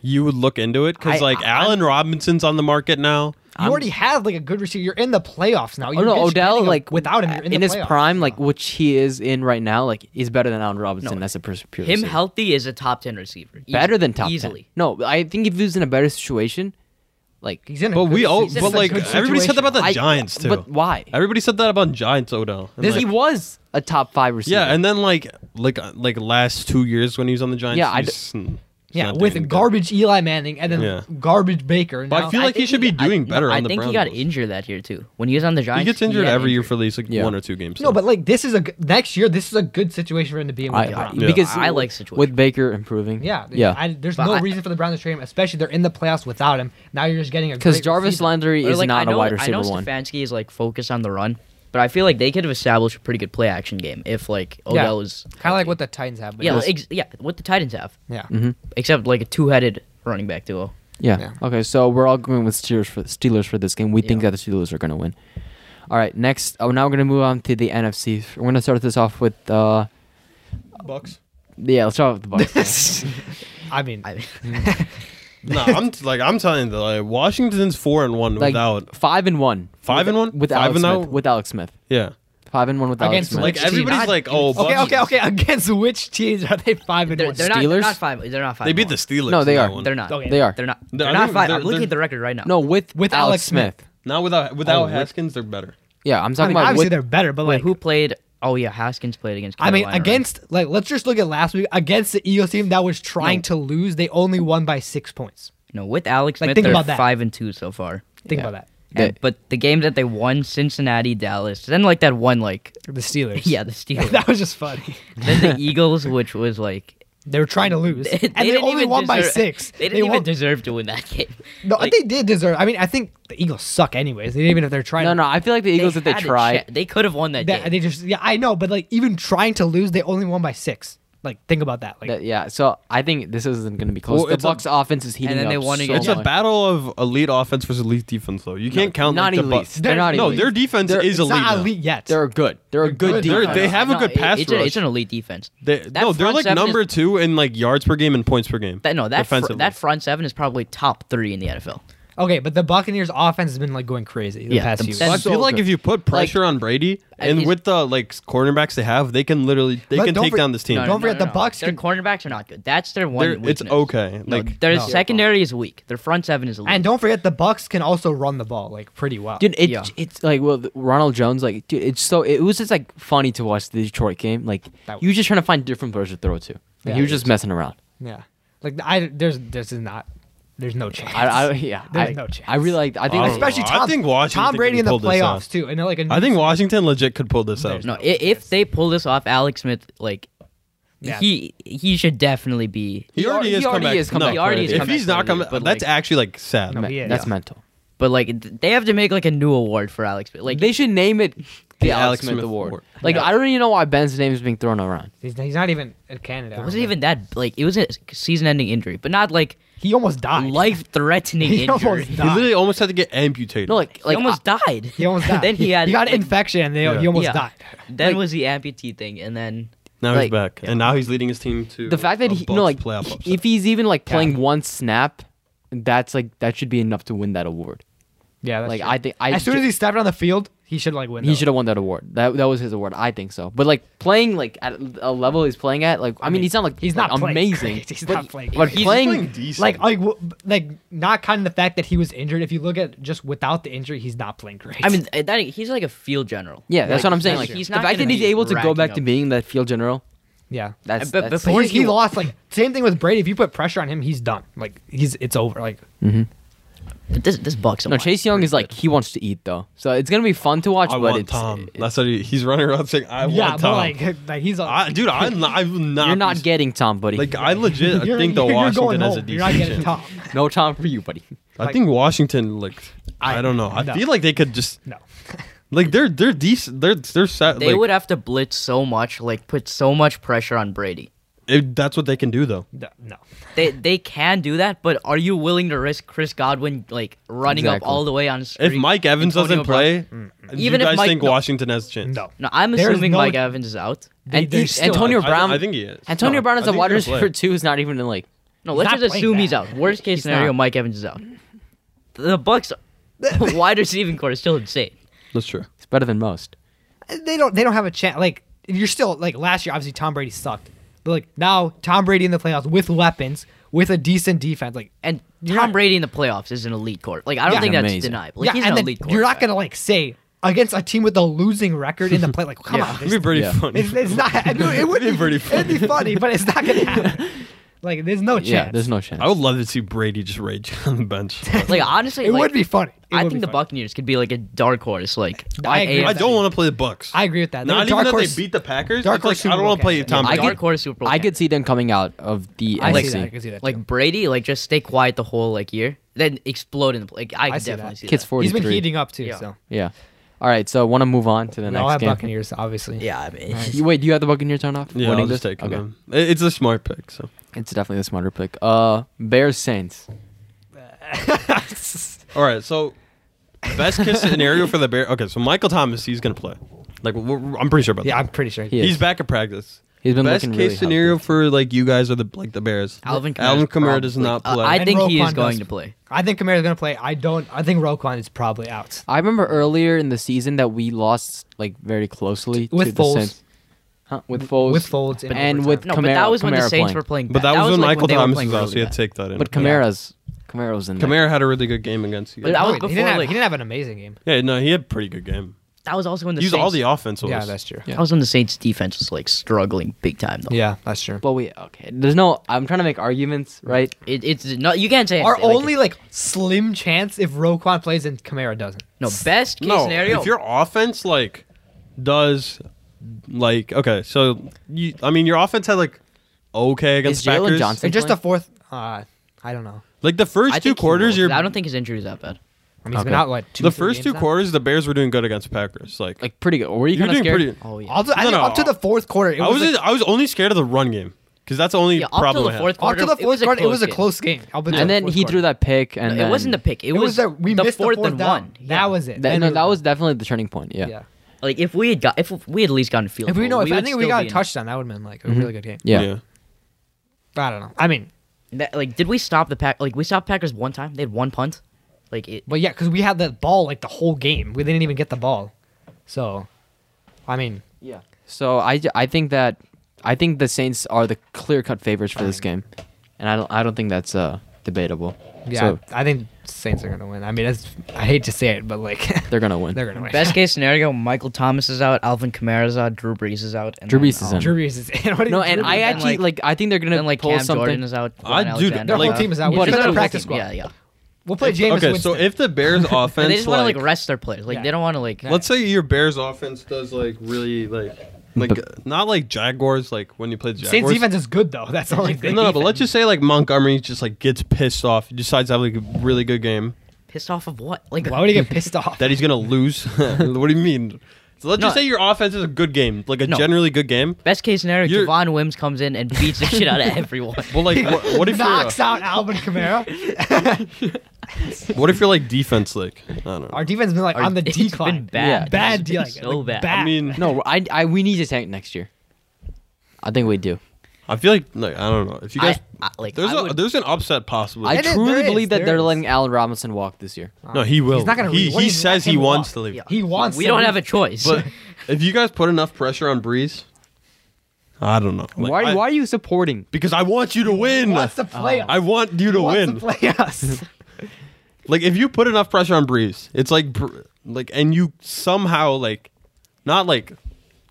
you would look into it because
I-
like Allen Robinson's on the market now.
um,
You already have like a good receiver. You're in the playoffs now.
Oh
You're
no,
just
Odell
getting a-
like
without him you're in,
in
the
his
playoffs.
prime, like which he is in right now, like he's better than Allen Robinson.
No,
that's a pure. pure
him
receiver.
healthy is a top ten receiver. Eas-
better than top
easily.
Ten. No, I think if he was in a better situation, like
He's in a
But
good
we all,
season.
but
It's a
like
good
everybody said that about the
I-
Giants too.
But why?
Everybody said that about Giants Odell. And,
Because
like,
he was a top five receiver.
yeah, and then like like uh, like last two years when he was on the Giants,
Yeah, I d-
he's, mm, he's
Yeah,
not
with
doing good.
garbage Eli Manning and then
Yeah.
garbage Baker. and
But
now-
I feel like he
think
should be doing
I- no,
better
I
on the
think
Browns.
he got injured that year too. When he was on the Giants,
He gets injured
had
every year
injuries.
for at least like
Yeah.
one or two games.
no, but like this is a g- next year. This is a good situation for him to be in. With
I,
the
I-
Browns.
Yeah.
because
I like
with
situation.
Baker improving.
yeah,
yeah.
I, there's
But
no
I-
reason for the Browns to trade him, especially they're in the playoffs without him. Now you're just getting a
Because
great
Jarvis
receiver.
Landry
Or,
is
like, I
not
know,
a wide
I know
receiver one.
Stefanski is like focused on the run, but I feel like they could have established a pretty good play action game if like Odell is
kind of like what the Titans have. But
yeah
it's-
like, ex- Mm-hmm. yeah what the Titans have
yeah.
except like a two headed running back duo.
Yeah.
Yeah.
Okay, so we're all going with Steelers for Steelers for this game. We think
Yeah.
that the Steelers are going to win. All right, next. Oh, now we're going to move on to the NFC. We're going to start this off with uh
Bucks.
yeah, let's start with the Bucks.
I mean,
I
no, I'm t- like I'm telling you, that, like Washington's four and one
like
without
five and one.
Five and
With-
one?
with
Five
Alex
and
Smith.
out?
With Alex Smith.
yeah.
Five and one with Alex
Against
Smith.
Like
Which team?
everybody's
Not-
like, oh,
okay,
Bucks.
okay, okay. Against which teams are they five and
they're,
one?
they're not they're
Steelers?
not five. They're not five.
They
and
beat
one.
the Steelers.
No,
in
they
that
are.
one.
They're not.
Okay.
They are.
They're not.
No,
They're
I
not
think
five. I'm
they're-
looking
they're-
at the record right now.
No, with
With Alex
Alex Smith.
Not without
Oh,
without
with-
Haskins, they're better.
Yeah, I'm
I
talking
mean,
about
obviously
with
they're better, but
Wait,
like
who played Oh yeah, Haskins played against.
I mean,
Carolina, right?
against like let's just look at last week against the Eagles team that was trying to lose. They only won by six points.
no with Alex
Like,
Smith,
think
they're
about that.
five and two so far.
Think
Yeah.
about
And-
They-
but the game that they won, Cincinnati, Dallas, then like that one like
that. The Steelers.
yeah the Steelers,
that was just funny.
then the Eagles, which was like
They were trying to lose,
they
and they
didn't
only
even
won by
deserve-
six.
They didn't even
won-
deserve to win that game.
No,
like-
they did deserve. I mean, I think the Eagles suck anyways. They didn't even if they're trying.
No,
to,
no, I feel like the Eagles if they
had a
try.
cha- they could have won that,
They,
game.
they just yeah, I know, but like even trying to lose, they only won by six. Like think about that. Like
that- yeah, so I think this isn't going to be close.
Well,
the
it's a-
Bucks offense is heating
then
up.
they won
so
against-
It's a
much.
battle of elite offense versus elite defense, though. You can't count
Not
like, the
elite.
Bucks.
They're not
No,
elite.
their defense
They're-
is
it's
elite.
not
now.
elite yet.
They're good. They're a good
good. They're-
defense.
they have a good
it-
pass
it's, a-
rush.
it's an elite defense.
They,
That
no, they're
front
like
seven is-
number two in like yards per game and points per game.
That, no, that fr-
defensively.
that front seven is probably top three in the NFL.
okay, but the Buccaneers offense has been like going crazy the
Yeah,
past
the
few.
Bucs-
Well, I
so
feel like
good.
if you put pressure on Brady and
he's-
with the like cornerbacks they have, they can literally they
But
can
don't
take
for-
down this team.
No, Don't forget the Bucs
Their
can-
cornerbacks are not good. That's their one.
They're- it's
weakness.
okay.
No,
Like
their
No.
secondary is weak. Their front seven is elite.
And don't forget the Bucks can also run the ball like pretty well.
Dude, it,
Yeah.
it's like well, the- Ronald Jones, like dude, it's so it was just like funny to watch the Detroit game. Like
That-
you were just trying to find different players to throw to. Like,
Yeah,
he was
it
just messing around.
yeah, like I there's there's not there's no chance.
I, I yeah,
There's
I,
no chance.
I really like. I think
I
that-
don't know.
especially Tom,
Oh, I think Washington
Tom Brady
can
in the
pull this
playoffs
off.
too, and they're like a
I think Washington legit could pull this out.
no, i- if they pull this off, Alex Smith like
Yeah.
he he should definitely be.
He
He
already
already-
is
he already
comeback.
is comeback
no,
He already is
if
comeback
he's not
player of the
coming,
year, but,
that's
like-
actually like sad.
No, he is.
that's
Yeah.
mental.
But like th- they have to make like a new award for Alex Smith. Like
Like they should name it the, Alex,
Alex
Smith,
Smith
Award.
Award.
Like
Yeah.
I don't even know why Ben's name is being thrown around.
he's, he's not even a Canada.
it wasn't even that like it was a season-ending injury, but not like
He almost died.
life-threatening
he
injury.
almost
He
died.
literally almost had to get amputated.
No, like
he
like
almost died.
He almost died.
then he had
he got an
like,
infection. And they,
Yeah.
He almost
yeah.
died.
Then
Like-
was the amputee thing, and then
now he's
like-
back, and now he's leading his team to
the fact that
a
he
Bucs
no like
playoff
he-
upset.
if he's even like playing one snap, that's like that should be enough to win that award.
Yeah, that's
like
true.
I think I
as soon
ju-
as he stepped on the field, he should like win.
He
that
should have won that award. That that was his award. I think so. But like playing like at a level he's playing at, like I, mean,
mean,
he's not like
he's
like,
not playing
amazing.
great. He's
but,
not playing
But
great.
He's
playing,
playing decent.
Like, like, w- like, not counting the fact that he was injured. If you look at just without the injury, he's not playing great.
I mean uh, that he's like a field general.
yeah, that's
Like,
what I'm saying.
that's
Like
true. He's
the
not
fact
gonna
that he's
be
able to go
racking
back to
up-
being that field general,
yeah,
that's
But
that's-
before
But he, he
he-
lost. Like, same thing with Brady. If you put pressure on him, he's done. Like, he's it's over. Like,
But this this bucks him.
no Chase Young is like he wants to eat though, so it's gonna be fun to watch.
I
but
want
it's, eh,
Tom.
it-
That's what he, he's running around saying, "I
yeah,
want
but
Tom."
like, like he's a,
I, dude, I'm not, I will not.
you're
be
not
s-
getting Tom, buddy.
Like I legit I
you're,
think the
you're,
Washington
you're going
has a
home.
decent
You're not getting
chance.
top.
no Tom for you, buddy.
I think Washington like I,
I-
don't know. I
no.
feel like they could just
No,
like they're they're decent. They're they're set.
They
like,
would have to blitz so much, like put so much pressure on Brady.
it- that's what they can do though.
no, no.
They they can do that, but are you willing to risk Chris Godwin like running
Exactly.
up all the way on a street?
If Mike Evans
Antonio
doesn't play, do
Even
you
if
guys
Mike-
think
no.
Washington has a chance?
no.
No, I'm
There's
assuming uh,
no-
Mike Evans is out.
They-
and
they're
he-
still-
Antonio
I-
Brown,
I think he is.
Antonio
No,
Brown is
I
a
think
wide
he'll
receiver
play.
too. Is not even in like
No, let's
not
just
playing
assume
that.
he's out. Worst case scenario,
not.
Mike Evans is out. The Bucks wide receiving core is still insane.
That's true.
it's better than most.
they don't they don't have a chance. Like you're still like last year, obviously Tom Brady sucked, but like now Tom Brady in the playoffs with weapons, with a decent defense, like
And
You're
Tom
not-
Brady in the playoffs is an elite core. Like I don't
Yeah.
think that's
Amazing.
deniable. Like he's an
and then
elite core.
you're not gonna like say against a team with a losing record in the play. Like come on,
It'd be pretty
Yeah.
funny.
it's, it's not. I mean, it would
It'd be
be
pretty
It'd be funny, but it's not gonna happen. Like there's no chance.
Yeah, there's no chance.
I would love to see Brady just rage on the bench.
Like honestly,
It
like,
would be funny. It
I
would
think the
be funny.
Buccaneers could be like a dark horse. Like on
I agree with
AFC.
I don't want to play the Bucks.
I agree with that. They're
Not
a
even
dark
that
horse-
they beat the Packers.
dark
It's like,
horse
I don't
Super
want
Bowl
to play
candidate.
Tom
I
Brady.
dark horse Super Bowl.
I
candidate.
could see them coming out of the
I
NFC.
see that. I can see that. too.
like Brady, like just stay quiet the whole like year, then explode in the play. Like, I,
I
could
see
definitely
that.
see
Kids
that.
for-
he's been
43.
heating up too.
Yeah.
So
Yeah. All right, so want to move on to the
we all have
next game.
Buccaneers, obviously.
Yeah, I mean,
You, wait, you got the Buccaneers on off?
Yeah,
Winning
I'll just
this?
take them. It- It's a smart pick. So
It's definitely the smarter pick. Uh, Bears Saints.
all right, so best case scenario for the Bear. Okay, so Michael Thomas he's gonna play. Like we're, we're- I'm pretty sure about
Yeah,
that.
I'm pretty sure.
He is.
He's back at practice.
He's been
best
looking
case
really healthy.
scenario for like you guys are the like the Bears.
Alvin Kamara
Alvin Kamara does not play.
I
And
think he
Roquan
is going
does.
to play.
I think Kamara's gonna play. I don't. I think Roquan is probably out.
I remember earlier in the season that we lost like very closely to
With
the
Foles.
Saints. Huh? With Foles.
With Folds
and, with
No,
Kamara.
but that was when
Kamara
the Saints
playing.
were playing.
but that,
bad.
was, when
like,
Michael
they were
Thomas
playing
was out, so
really
you had to
bad.
take that in.
But Kamara's Kamara was in. there.
Kamara had a really good game against you.
But that was
he
before,
didn't, have,
like-
he didn't have an amazing game.
yeah, no, he had a pretty good game.
that was also when the
Use
Saints,
all the offensive.
Yeah, that's true.
Yeah.
that was when the Saints defense was like struggling big time though.
Yeah, that's true.
But wait, okay. There's no. I'm trying to make arguments, right?
It, it's not you can't say
Our
like,
only like slim chance if Roquan plays and Kamara doesn't.
no best case
no,
scenario.
if your offense like does like okay, so you I mean your offense had like okay against
Is Jalen
Packers.
Johnson-
And just
playing?
the fourth. Uh, I don't know.
Like the first
I
two
think he
quarters,
will,
you're
'cause I don't think his injury is that bad.
I mean, he's been
Okay.
out what two?
the
three
first two
games now?
quarters the Bears were doing good against Packers. Like,
Like pretty good. Were you
You're
kind of
doing
scared?
pretty-
Oh yeah.
Up to, I
No,
think
no.
up to the fourth quarter, it
I
was,
was
like,
I was only scared of the run game because that's the only
Yeah, up to
problem.
the
I had.
fourth
up
quarter.
to the
it was
fourth
a
quarter. It
close
was a
game.
close game. I'll bet
And
the
then
fourth
he
quarter.
threw that pick, and
No,
then-
it wasn't the pick. It,
It was
was
that we
the
missed
fourth,
the fourth
and
down.
one. Yeah.
That was it.
That,
Then
no,
we
that
were
was
done.
definitely the turning point. Yeah.
yeah.
Yeah.
Like if we had got if we had at least gotten a field
If we
goal,
know, if I
would
think we
still
got
be
a
in-
touchdown, that would have been like a really good game.
Mm-hmm. Yeah.
I don't know. I mean,
That, like, did we stop the pack? Like, we stopped Packers one time. They had one punt. Like, it,
but yeah, because we had that ball like the whole game. We didn't even get the ball. So, I mean,
So I, ju- I think that I think the Saints are the clear cut favorites for this game, and I don't I don't think that's uh debatable.
yeah,
So
I think Saints are gonna win. I mean, that's, I hate to say it, but like
they're gonna win.
they're gonna win.
best case scenario, Michael Thomas is out, Alvin Kamara's out, Drew Brees is out, and
Drew
then,
Brees is
um,
in.
Drew Brees is what do
no,
you-
and
Drew
I
Brees-
then,
actually
like-
like, I think they're gonna
Then like
pull
Cam
something.
Jordan is out.
I-
Glenn
dude,
Alexander
their whole
like-
team is out.
Yeah,
We're
just their
playing a
whole
practice
team,
squad.
Yeah, yeah.
We'll play James
okay, so if the Bears offense,
They just want to
like,
like rest their players. Like
Yeah.
they don't want to like.
let's say your Bears offense does like really like like not like Jaguars like when you played Jaguars.
Saints defense is good though. That's the only
No,
thing.
no, but let's just say like Montgomery just like gets pissed off, decides to have like a really good game
pissed off of what? Like
Why would he get pissed off?
that he's gonna lose. what do you mean? So let's just
No.
say your offense is a good game, like a
No.
generally good game.
Best case scenario,
You're-
Javon Wims comes in and beats the shit out of everyone.
Well, like what, what if you're,
knocks out Alvin Kamara?
what if you're like defense like I don't know.
Our defense has been like on the
It's been
decline.
Yeah.
bad.
Bad
It's
D,
been
like,
So
like,
bad.
bad.
I mean,
No, I, I we need to tank next year. I think we do.
I feel like like I don't know if you guys
I- I- like,
there's
I
a
would-
there's an upset possible.
I
It is-
truly
there is,
believe that
there
they're
is.
letting Allen Robinson walk this year.
no, he will.
He's not gonna
He,
leave. What
he
do you
says
let him
he wants
walk?
to leave.
Yeah.
He wants.
We
to
don't
leave.
have a choice.
But if you guys put enough pressure on Breeze, I don't know. Like,
why
I-
why are you supporting?
Because I want you to win.
wants to play us.
I want you to
Wants
win.
To play us.
like if you put enough pressure on Breeze, it's like br- like and you somehow like not like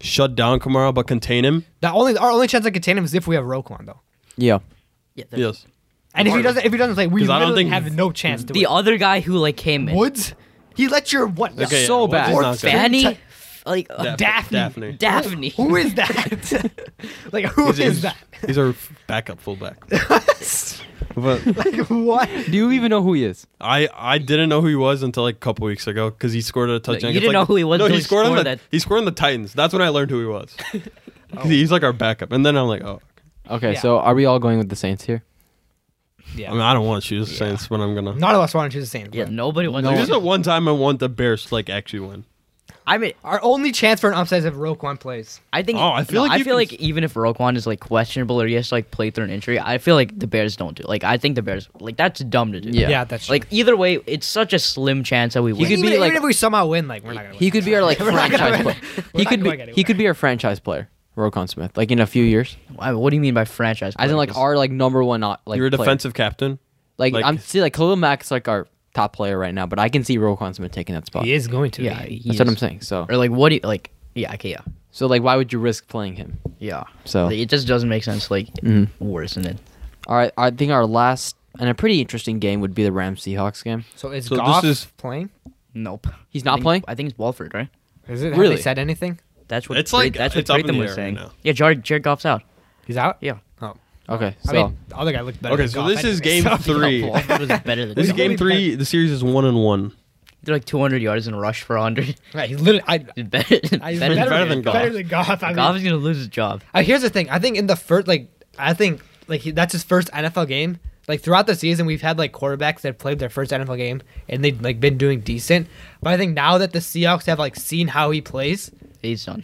shut down Kamara but contain him.
the only our only chance to contain him is if we have Roquan though.
Yeah.
yeah, the-
Yes.
And if he doesn't, if he doesn't play, we
'Cause I
literally
don't think-
have no chance to.
The
win.
other guy who like came in,
Woods, he let your what?
Okay,
So
yeah, Woods
bad.
is
Or
not good.
Fanny,
Fantastic.
f- like uh,
Daf-
Daphne.
Daphne.
Daphne.
Who is that? like who is
He's- he's-
that?
He's our f- backup fullback. but
Like, what?
Do you even know who he is?
I I didn't know who he was until like a couple weeks ago because he scored a touchdown.
you
against,
didn't
like-
know who he was
No,
until
he
he
scored on the
scored that- Oh.
he scored on the Titans. That's when I learned who he was. 'Cause He's like our backup, and then I'm like, oh.
Okay,
Yeah.
so are we all going with the Saints here?
Yeah.
I mean, I don't want to choose the Saints when I'm gonna.
None of us want to choose the Saints.
Yeah,
but
nobody wants.
There's
to
the one time I want the Bears to like actually win.
I mean,
Our only chance for an upset is if Roquan plays.
I think.
Oh, I feel
no,
like
I
you
feel
can-
like even if Roquan is like questionable or he has to like play through an injury, I feel like the Bears don't do. Like I think the Bears like that's dumb to do.
Yeah.
Yeah, that's true.
Like either way, it's such a slim chance that we win.
could
even,
be, like-
even if we somehow win, like we're not gonna.
He
win.
could be our like
We're not gonna
franchise
win.
player.
We're
He
not
could
going
be
anywhere.
he could be our franchise player, Rokon Smith. Like in a few years,
Why- what do you mean by franchise?
I think like
players?
our like number one not like
You're a
player.
defensive captain.
Like,
like-
I'm see like Khalil Mack's like our top player right now, but I can see Rokon Smith taking that spot.
He is going to.
yeah.
be.
he
That's what
is.
I'm saying. So
Or like what do you like? Yeah. Okay. Yeah.
so like why would you risk playing him?
Yeah.
So-
it just doesn't make sense. Like worse than it.
All right, I think our last and a pretty interesting game would be the Rams Seahawks game.
So is
So this
Goff
is-
playing?
Nope.
He's
I
not
think-
playing.
I think it's Walford, right?
Is it? Have
Really?
they said anything?
That's what
It's
Bra-
like-
that's what
it's up in
Braithwaite
the
was
air right
saying.
now.
Yeah, Jared Jared Goff's out.
He's out.
Yeah.
Oh.
Okay, so
I mean, the other guy looked better.
Okay,
than
so
Goff
this is
anyway,
game
so-
three.
Walford was better than
This is
Goff.
game three. The series is one and one.
They're like 200 yards in a rush for 100.
Right, he's literally. I,
It's better, than-
I, he's
better than-
better than Goff.
Better than Goff. I mean,
Goff is gonna lose his job.
Uh, here's the thing. I think in the first, like, I think like he, that's his first NFL game. Like throughout the season, we've had like quarterbacks that played their first NFL game and they've like been doing decent. But I think now that the Seahawks have like seen how he plays,
He's done.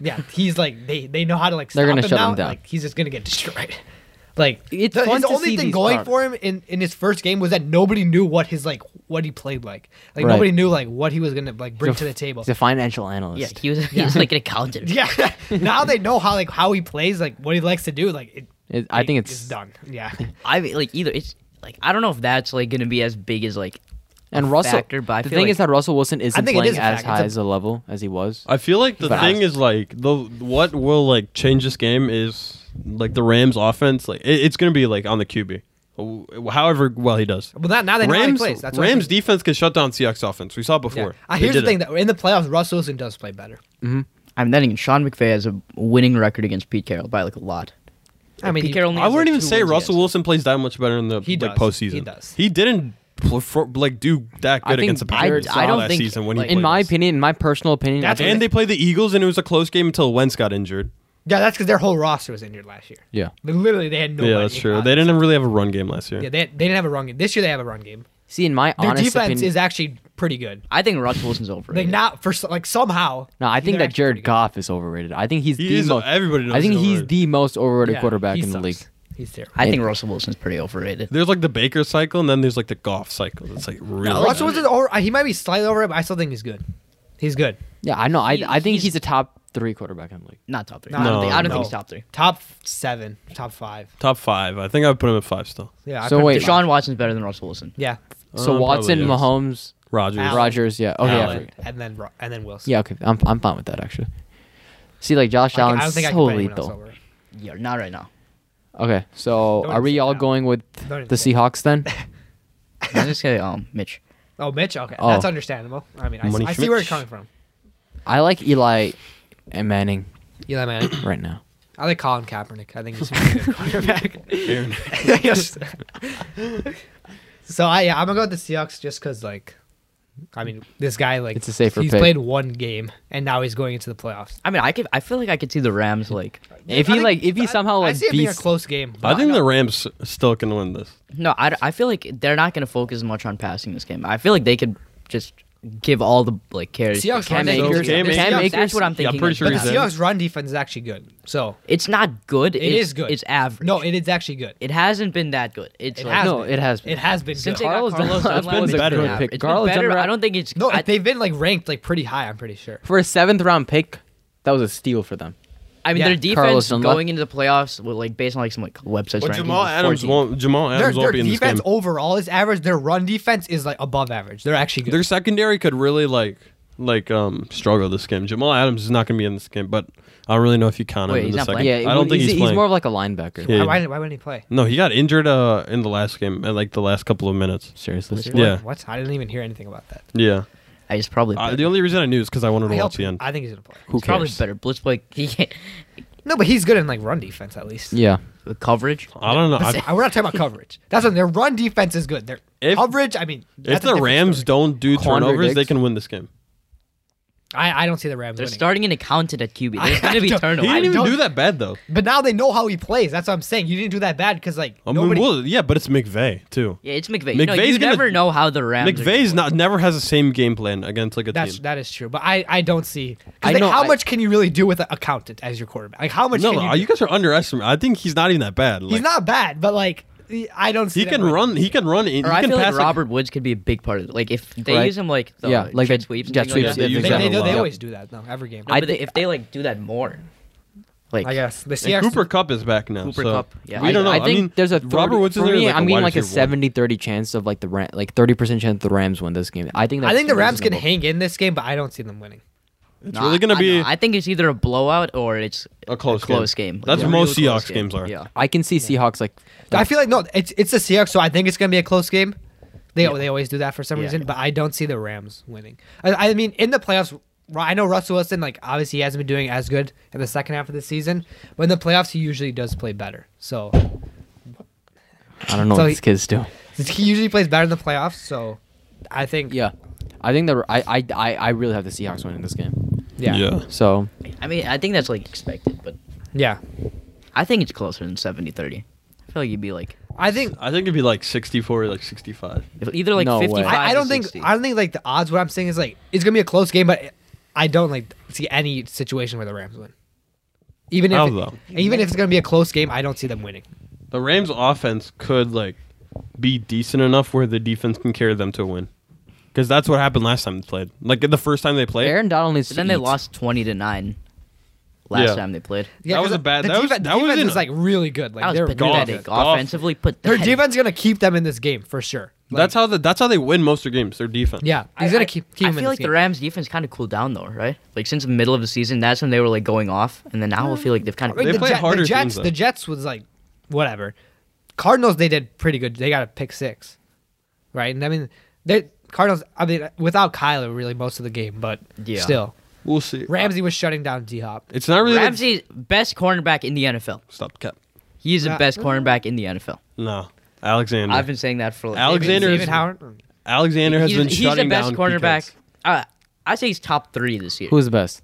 yeah, he's like they they know how to like.
They're
stop
gonna shut him
now,
down.
Like he's just gonna get destroyed. Like
It's
the,
fun
his
to
only
see
thing
these
going
products.
for him in, in his first game was that nobody knew what his like what he played like. Like
Right.
nobody knew like what he was gonna like bring
He's a-
to the table.
He's a financial
yeah,
analyst.
he was. He was like an accountant.
Yeah. now they know how like how he plays, like what he likes to do. Like it,
It- I think it's-
done. Yeah.
I mean, like either it's like I don't know if that's like gonna be as big as like
And Russell,
factor, but I
the
feel
thing
like-
is that Russell Wilson isn't
think it
playing
is a
as
factor.
high
It's a-
as a level as he was.
I feel like the
But I-
thing is like the what will like change this game is like the Rams offense. Like it, it's gonna be like on the QB, Wh- however well he does.
Well, not now they know how he
Rams
plays. That's what I
Rams
think.
defense can shut down Seahawks offense. We saw it
Yeah.
before.
Uh,
They
here's the
did it.
thing that in the playoffs, Russell Wilson does play better.
I'm then Sean McVay has a winning record against Pete Carroll by like a lot.
I mean,
Pete Carroll only
I
has,
wouldn't
like,
even
two
say
wins
Russell
against him.
Wilson plays that much better in the
He
like
does.
postseason.
He does.
He didn't pl- for- like do that
I
good
think
against the
I-
Packers
I don't
last
think-
season when
like,
he
In
played
my
us.
opinion, in my personal opinion, I
That's
think-
And they played the Eagles, and it was a close game until Wentz got injured.
Yeah, that's because their whole roster was injured last year.
yeah.
They literally they had no.
yeah, that's true. They didn't really have a run game last year.
Yeah, they, they didn't have a run game. This year they have a run game.
See, in my
Their
honest
defense
opinion,
is actually pretty good.
I think Russell Wilson's over.
Like not for so- like somehow.
no, I think
they're
that
actually
Jared
pretty good.
Goff is overrated. I think he's
He
the
is-
most.
everybody knows
I think
he's
he's
overrated.
the most overrated
Yeah,
quarterback
he
in the
sucks.
league.
He's terrible.
I think Russell Wilson's pretty overrated.
There's like the Baker cycle, and then there's like the Goff cycle. That's like really.
Russell
bad.
Wilson, over, he might be slightly over it, but I still think he's good. He's good.
Yeah, I know. I
He-
I think
he's-
he's, a top three quarterback in the league.
Not top three.
No,
I don't,
No,
think, I don't
no.
think he's top three.
Top seven, top five.
Top five. I think I would put him at five still.
Yeah. I
So
put him
wait,
top-
Deshaun Watson's better than Russell Wilson.
Yeah.
So
Uh,
Watson,
probably is.
Mahomes,
Rogers.
Allen.
Rogers. Yeah. Okay. yeah, I
Allen.
forget.
and then Ro- and then Wilson.
Yeah. Okay. I'm I'm fine with that actually. See, like Josh
I, can-
Allen's
I don't think I can
so
put anyone else
lethal.
over.
Yeah, not right now.
Okay, so
Don't
are
even say
we
it
all
now.
going with
Don't even
the
say it.
Seahawks then?
I was gonna say um Mitch.
Oh, Mitch. Okay,
Oh.
that's understandable. I mean, I,
Money
I see where
Schmitch.
it's coming from.
I like Eli and Manning
Eli Manning.
right now.
I like Colin Kaepernick. I think he's a pretty good quarterback.
Aaron.
Yes. so I, yeah, I'm gonna go with the Seahawks just because like, I mean, this guy like
It's a safer
He's
pick.
played one game and now he's going into the playoffs.
I mean, I could. I feel like I could see the Rams like.
If
I
he
think-
like, if he
I-
somehow
I
like
see it being a
beats,
close game.
I
but
think the
don't-
Rams still can win this.
No, I, I feel like they're not gonna focus as much on passing this game. I feel like they could just give all the like carries. to
Seahawks
Cam
run
Akers-
Akers.
Cam
The
Akers-
Seahawks- That's what I'm
Yeah, I'm
thinking.
pretty sure
but the
he's in.
Seahawks run defense is actually good. So
It's not good.
it
it's,
is good.
It's average.
No, it is actually good.
It hasn't been that good. It's
It
like,
has
no,
been.
it has been.
It has been.
Since
Good.
they got
Carlos
Carlos
Dunlap
Dunlap
was
it's
a
been
good
better.
pick.
It's
Carlos
been better.
Dunlap-
I don't think it's.
No,
I,
they've been like ranked like pretty high. I'm pretty sure.
for a seventh round pick, that was a steal for them.
I mean,
Yeah.
their
Carlos
defense
Dunlap.
going into the playoffs, well, like based on like some like websites.
Well,
rankings,
Jamal
is
Adams
14th.
won't. Jamal
Their,
Adams
their
won't be in this
defense
game.
overall is average. Their run defense is like above average. They're actually good.
Their secondary could really like like um struggle this game. Jamal Adams is not going to be in this game, but I don't really know if you count him
Wait,
in
he's
the
not
second.
playing?
Yeah,
I don't think
he's,
he's, playing.
more of like a linebacker.
Yeah.
why, why, why wouldn't he play?
no, he got injured uh in the last game at like the last couple of minutes.
Seriously.
Yeah.
What? What? I didn't even hear anything about that.
Yeah.
I just probably.
Uh,
better.
the only reason I knew is because I wanted to
I,
watch
hope-
the end.
I think he's gonna play.
Who
It's probably
cares?
better. Blitz play. He can't
No, but he's good in like run defense at least.
Yeah.
the coverage.
I don't know.
But
I-
see, we're not talking about coverage. That's what their run defense is good. Their
If-
coverage, I mean,
if
that's a
the
different
Rams
story.
don't do
Quandre
turnovers, they
Diggs.
can win this game.
I, I don't see the Rams
They're
winning.
starting an accountant at QB. There's
I
gonna be
don't-
He
turnovers.
didn't even
don't-
do that bad though.
but now they know how he plays. That's what I'm saying. You didn't do that bad because like
I mean,
nobody.
well, yeah, but it's McVay too.
Yeah, it's McVay. You know,
McVay's
you
gonna-
never know how the Rams. are
McVay's
gonna
not never has the same game plan against like a
That's
team.
that is true. But I I don't see. 'cause,
I
like,
know,
how
I-
much can you really do with an accountant as your quarterback? Like how much?
No,
can
no,
you,
you guys are underestimating. I think he's not even that bad.
He's
Like,
not bad, but like I don't see.
He
them
can
winning.
run. He can run. In,
play. Or
he
I
can
feel
pass
like Robert Woods could be a big part of it. Like if they
Right.
use him like the
Yeah, like
jet
the
sweeps, and
jet
things like
sweeps,
that.
yeah,
They,
He's got
they,
a
they,
lot.
always do that though. Every game.
No, but if they like do that more, like
I guess the
And
Seahawks.
Cooper Cup is back now.
Cooper
so
Kupp, yeah.
we
I-
don't know.
I, think
mean,
there's a 30,
Robert Woods.
for
is really
me,
like
I'm
a
getting
wide
like a
receiver one.
70-30 chance of like the Ram, like 30% chance the Rams win this game. I think that's
I think the Rams can
reasonable.
hang in this game, but I don't see them winning.
It's
Nah,
really gonna
I
be
know. I think it's either a blowout or it's
a close
close
game.
game.
That's
a
what most
real close
Seahawks games are.
Yeah.
I can see Seahawks like
I feel like no, it's it's the Seahawks, so I think it's gonna be a close game. They
Yeah.
they always do that for some
Yeah,
reason,
yeah.
but I don't see the Rams winning. I, I mean, in the playoffs, Ru- I know Russell Wilson like obviously he hasn't been doing as good in the second half of the season, but in the playoffs he usually does play better. So
I don't know
So
what
he-
this kid's doing.
he usually plays better in the playoffs. So I think
Yeah. I think that I I I I really have the Seahawks winning this game.
yeah yeah.
So
I mean, I think that's like expected, but I think it's closer than 70-30. I feel like you'd be like
I think
I think it'd be like 64, like 65.
if- either like
No way.
fifty-five.
I, I
to
don't think
60.
I don't think like the odds. What I'm saying is like it's gonna be a close game, but I don't like see any situation where the Rams win. Even if
How
it-
though?
even if it's gonna be a close game, I don't see them winning.
The Rams' offense could like be decent enough where the defense can carry them to a win, because that's what happened last time they played. Like the first time they played,
Aaron Donald needs
But
to
then they
eat.
lost twenty to nine last
Yeah.
time they played.
Yeah,
That was
'cause
a bad-
The
that was-
defense, the
that was
defense
in
is
a-
like really good. Like
That was
they're
golf.
pathetic.
Golf.
Offensively, put
Their defense is gonna keep them in this game for sure.
that's how the that's how they win most of their games. Their defense.
Yeah, he's
I-
gonna
I-
keep keep
I
him in
feel
this
like
game.
the Rams defense kind of cooled down though, right? Like since the middle of the season, that's when they were like going off, and then now I feel like they've kind of.
Like,
They
the,
play
Jet-
harder teams,
the Jets,
though.
the Jets was like, whatever. Cardinals, they did pretty good. They got a pick six, right? And I mean, they Cardinals. I mean, without Kyler, really most of the game, but
Yeah.
still,
We'll see.
Ramsey was shutting down D Hop.
Uh, It's not really. that-
Ramsey's best cornerback in the NFL.
Stop cap.
He is the
Nah.
best cornerback in the NFL.
No, Alexander.
I've been saying that for like
Alexander
David
is-
Howard. um,
Alexander has
he's,
been
he's
shutting
the best
down
cornerback.
PKs.
Uh, I say he's top three this year.
Who's the best?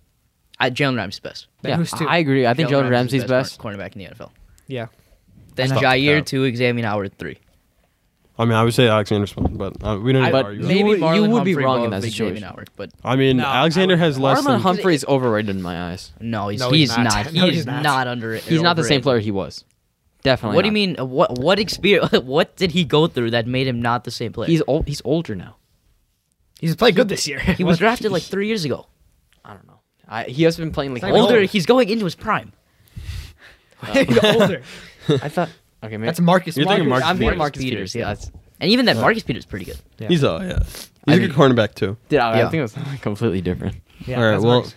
I, Jalen Ramsey's best.
Then who's two?
I agree. I think Jalen
Ramsey's
Ramsey's best.
cor- cornerback in the NFL.
Yeah,
Then
Stop the
Jair
cap.
two, Xavier Howard three.
I mean, I would say Alexander's one, but uh, we don't
I-
even
but
argue.
may-
Maybe,
would- you
Marlon
would be
Humphrey
wrong in
above
that
Xavier
situation.
Howard, but
I mean,
No, I
Alexander
would-
has less
Marlon
than.
Humphrey's overrated in my eyes.
no, he's
No,
he's,
he's
not.
not.
He
No,
is
he's not.
not under it.
He's not the same player he was. Definitely.
What do you
not.
mean? uh, What what experience? What did he go through that made him not the same player?
He's old. He's older now.
he's played good this year.
he was drafted like three years ago.
I don't know. I, he has been playing like
It's like
Older.
old.
He's going into his prime.
older.
I thought. Okay, maybe
That's Marcus.
You're thinking
Marcus.
Marcus
I'm
Peters.
thinking Marcus Peters. Yeah, that's,
And even that Marcus Peters is pretty good.
Yeah.
He's a yeah. He's a
I
good
mean-
cornerback too.
Did I,
Yeah.
I think it was something completely different.
Yeah,
all right.
that's
Well,
Marcus.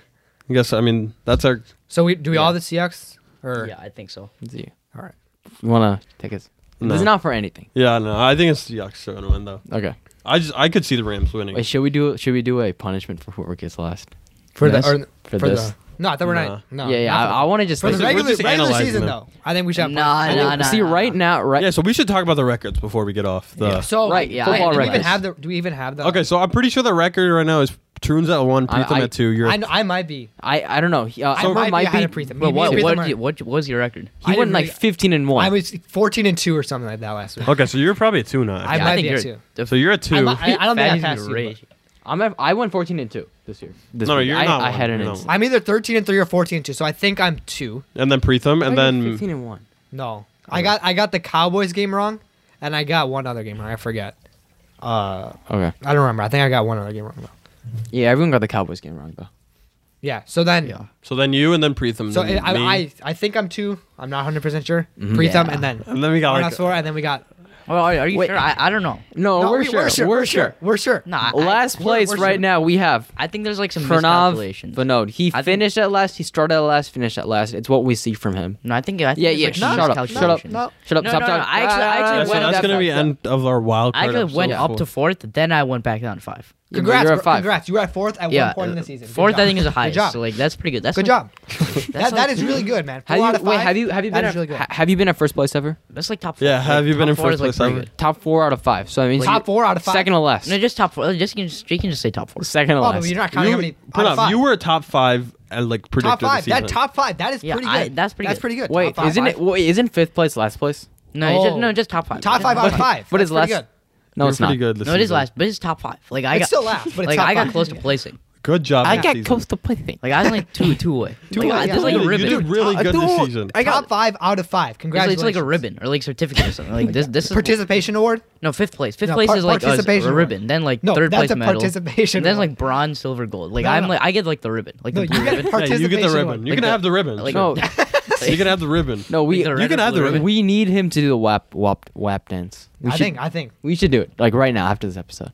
I guess I mean that's our.
so we do we
yeah.
all have the Seahawks or
Yeah, I think so.
Let's see.
all right?
You wanna take us?
No.
This is not for anything.
Yeah, no, I think it's the Seahawks are gonna win though.
Okay.
I just I could see the Rams winning.
Wait, should we do? Should we do a punishment for whoever gets last?
For
Yes.
the or,
For
for
this?
the no, I thought we're not. No,
yeah, yeah.
not for the-
I, I want to just.
For
Like,
the
We're
regular,
just
regular
analyzing
season,
them.
though, I think we should. have
Nah,
Marcus.
nah, nah.
see, right now, right.
yeah, so we should talk about the records before we get off the.
Yeah. So
Right, yeah,
wait,
football
do we even
records.
have the? Do we even have the?
Okay, so I'm pretty sure the record right now is Troon's at one,
I-
Preetham
I-
at two. You're
I, know, I might be.
I I don't know. He, uh,
I
Amber
might be
might
ahead
be.
of Preetham.
Well,
Me-
what-
me and
what-
what,
Mark.
did- what was your record?
he
I
went
didn't
like
really-
fifteen and one.
I was 14 and two or something like that last week.
okay, so you're probably at two now. I
I
Yeah,
might
think
be at
you're-
two.
the
so you're at two.
I'm not- I- I don't think I
Fatty's
passed
gonna
you,
rage.
I'm at, I went fourteen and two this year. This
No, no,
week.
you're
I,
not
I
one.
had an.
You're
ins-
not
I'm either 13 and three or 14 and two, so I think I'm two.
and then Preetham, and
I got
then
fifteen and one.
No, I got I got the Cowboys game wrong, and I got one other game wrong. I forget. Uh,
Okay.
I don't remember. I think I got one other game wrong though.
Yeah, everyone got the Cowboys game wrong though.
Yeah. So then.
Yeah.
so then you, and then Preetham.
So
then
I,
me,
I I- I think I'm two. I'm not 100 percent sure. Pre-thumb
Yeah.
and then.
and then we got like.
Arnold's four, and then we got.
Well, are, are you
Wait.
sure? I, I don't know.
No,
No,
Oh, we're,
we-
sure.
We're sure. We're sure.
No, I,
Last
I,
place
we're
right
sure.
now we have
I think there's like some
Pranav
miscalculations.
Vinod. He
I think-
finished at last. He started at last. Finished at last. It's what we see from him.
no, I think I think
Yeah,
there's,
yeah. shut,
Like
up,
some
shut up.
miscalculations.
Shut up.
No,
Stop
no, no,
talking.
I actually- I actually
Yeah,
Ah,
so
went
ah,
up
that's
ah,
to-
gonna be
ah,
end of our wild
I
card.
actually went
episode
up to
four.
fourth, then I went back down to five.
Yeah, but
Congrats,
You're a
bro.
five.
congrats. You were at fourth at
Yeah,
one point in
uh,
the season. Good
Fourth, I
job.
think is the
Good job.
highest. So like that's pretty good. That's
Good
like-
job.
That's
That, that
like-
is really good, man. Four
Have
out
you,
of
wait,
five,
have you have you been
that
at,
is really good.
ha- have you been at first place ever?
That's like top. four.
Yeah,
Like,
have you been
top
in
four
first
is, like,
place
pretty
ever?
good.
Top four out of five. So I mean,
top four out of five.
second to last.
No, just top four. Just you can just, you can just say top four.
second to
Oh,
last.
but you're not counting
You,
how many. out of
Pranav,
five.
you were a top five and like predictor
top five.
This season.
That top five. That is
Yeah,
pretty good.
I- that's pretty good.
good.
Wait,
top 5
isn't it? Wait, isn't fifth place last place?
No, it's just,
Oh.
no, just top five.
Top
Just
five out of five.
But it's
That's pretty
last-
good.
No,
You're
it's
pretty
not.
good. This
No, it is
season.
last, but it's top five. Like I
It's
got
still last, but it's
like
top
I got
five.
close to placing.
Good job.
I
this
got
season.
close to placing.
Like I was like two two away.
Two
like,
away,
I-
yeah.
There's like a
Dude,
You
ribbon.
did really
I
good this
don't-
season.
I got
Top five out of five.
It's like,
Congratulations.
it's like a ribbon or like certificate or something. Like this, this is
Participation award.
no fifth place. Fifth
No,
place
par-
is like a- a,
participation
ribbon.
award.
Then like
No,
third
that's
place
a
medal.
participation
And then
award.
like bronze, silver, gold. Like
No,
I'm
no.
like I get like the ribbon, like
No,
the
you
blue
get
ribbon.
part-
Yeah, you get the
Participation
ribbon.
award.
You
Like
can
the-
have the ribbon.
like-
No,
You can have the ribbon.
no, we
Like
you can have the
blue
ribbon.
we need him to do the WAP WAP WAP dance. We
I
should,
think. I think.
we should do it like right now after this episode.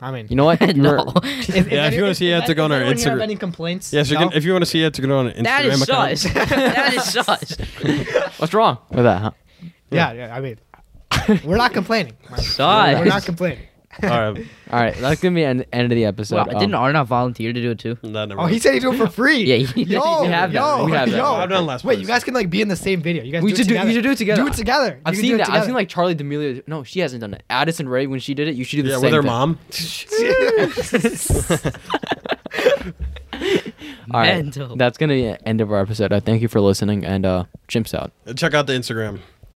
I mean.
You know what?
No.
If, if
Yeah, if
any-
you wanna see it,
if-
have to go
if
on our
anyone here have
Instagram.
Any complaints?
Yes, you
No?
can, if you want to see it, to go on Instagram.
That is
account.
sus. that is sus.
What's wrong with that? Huh?
Yeah, yeah. I mean, we're not complaining.
Sus.
We're not complaining.
All right.
All right, that's gonna be end, end of the episode.
Wow,
Um,
didn't Arnav volunteer to do it too?
That never
Oh, he
mind.
said he'd do it for free.
Yeah, he-
yo,
we have that.
yo,
We have that.
yo.
I've done last
Wait,
place.
you guys can like be in the same video. You guys
We
do
should
it
do-
together.
we should do it together.
Do it together.
I've
You can
seen
do it
that. I've
together.
seen like Charlie D'Amelio. No, she hasn't done it. Addison Ray, when she did it, you should do the
Yeah,
same
with her
thing.
mom.
All right,
Mental.
that's gonna be the end of our episode. I thank you for listening and uh, chimps out.
Check out the Instagram.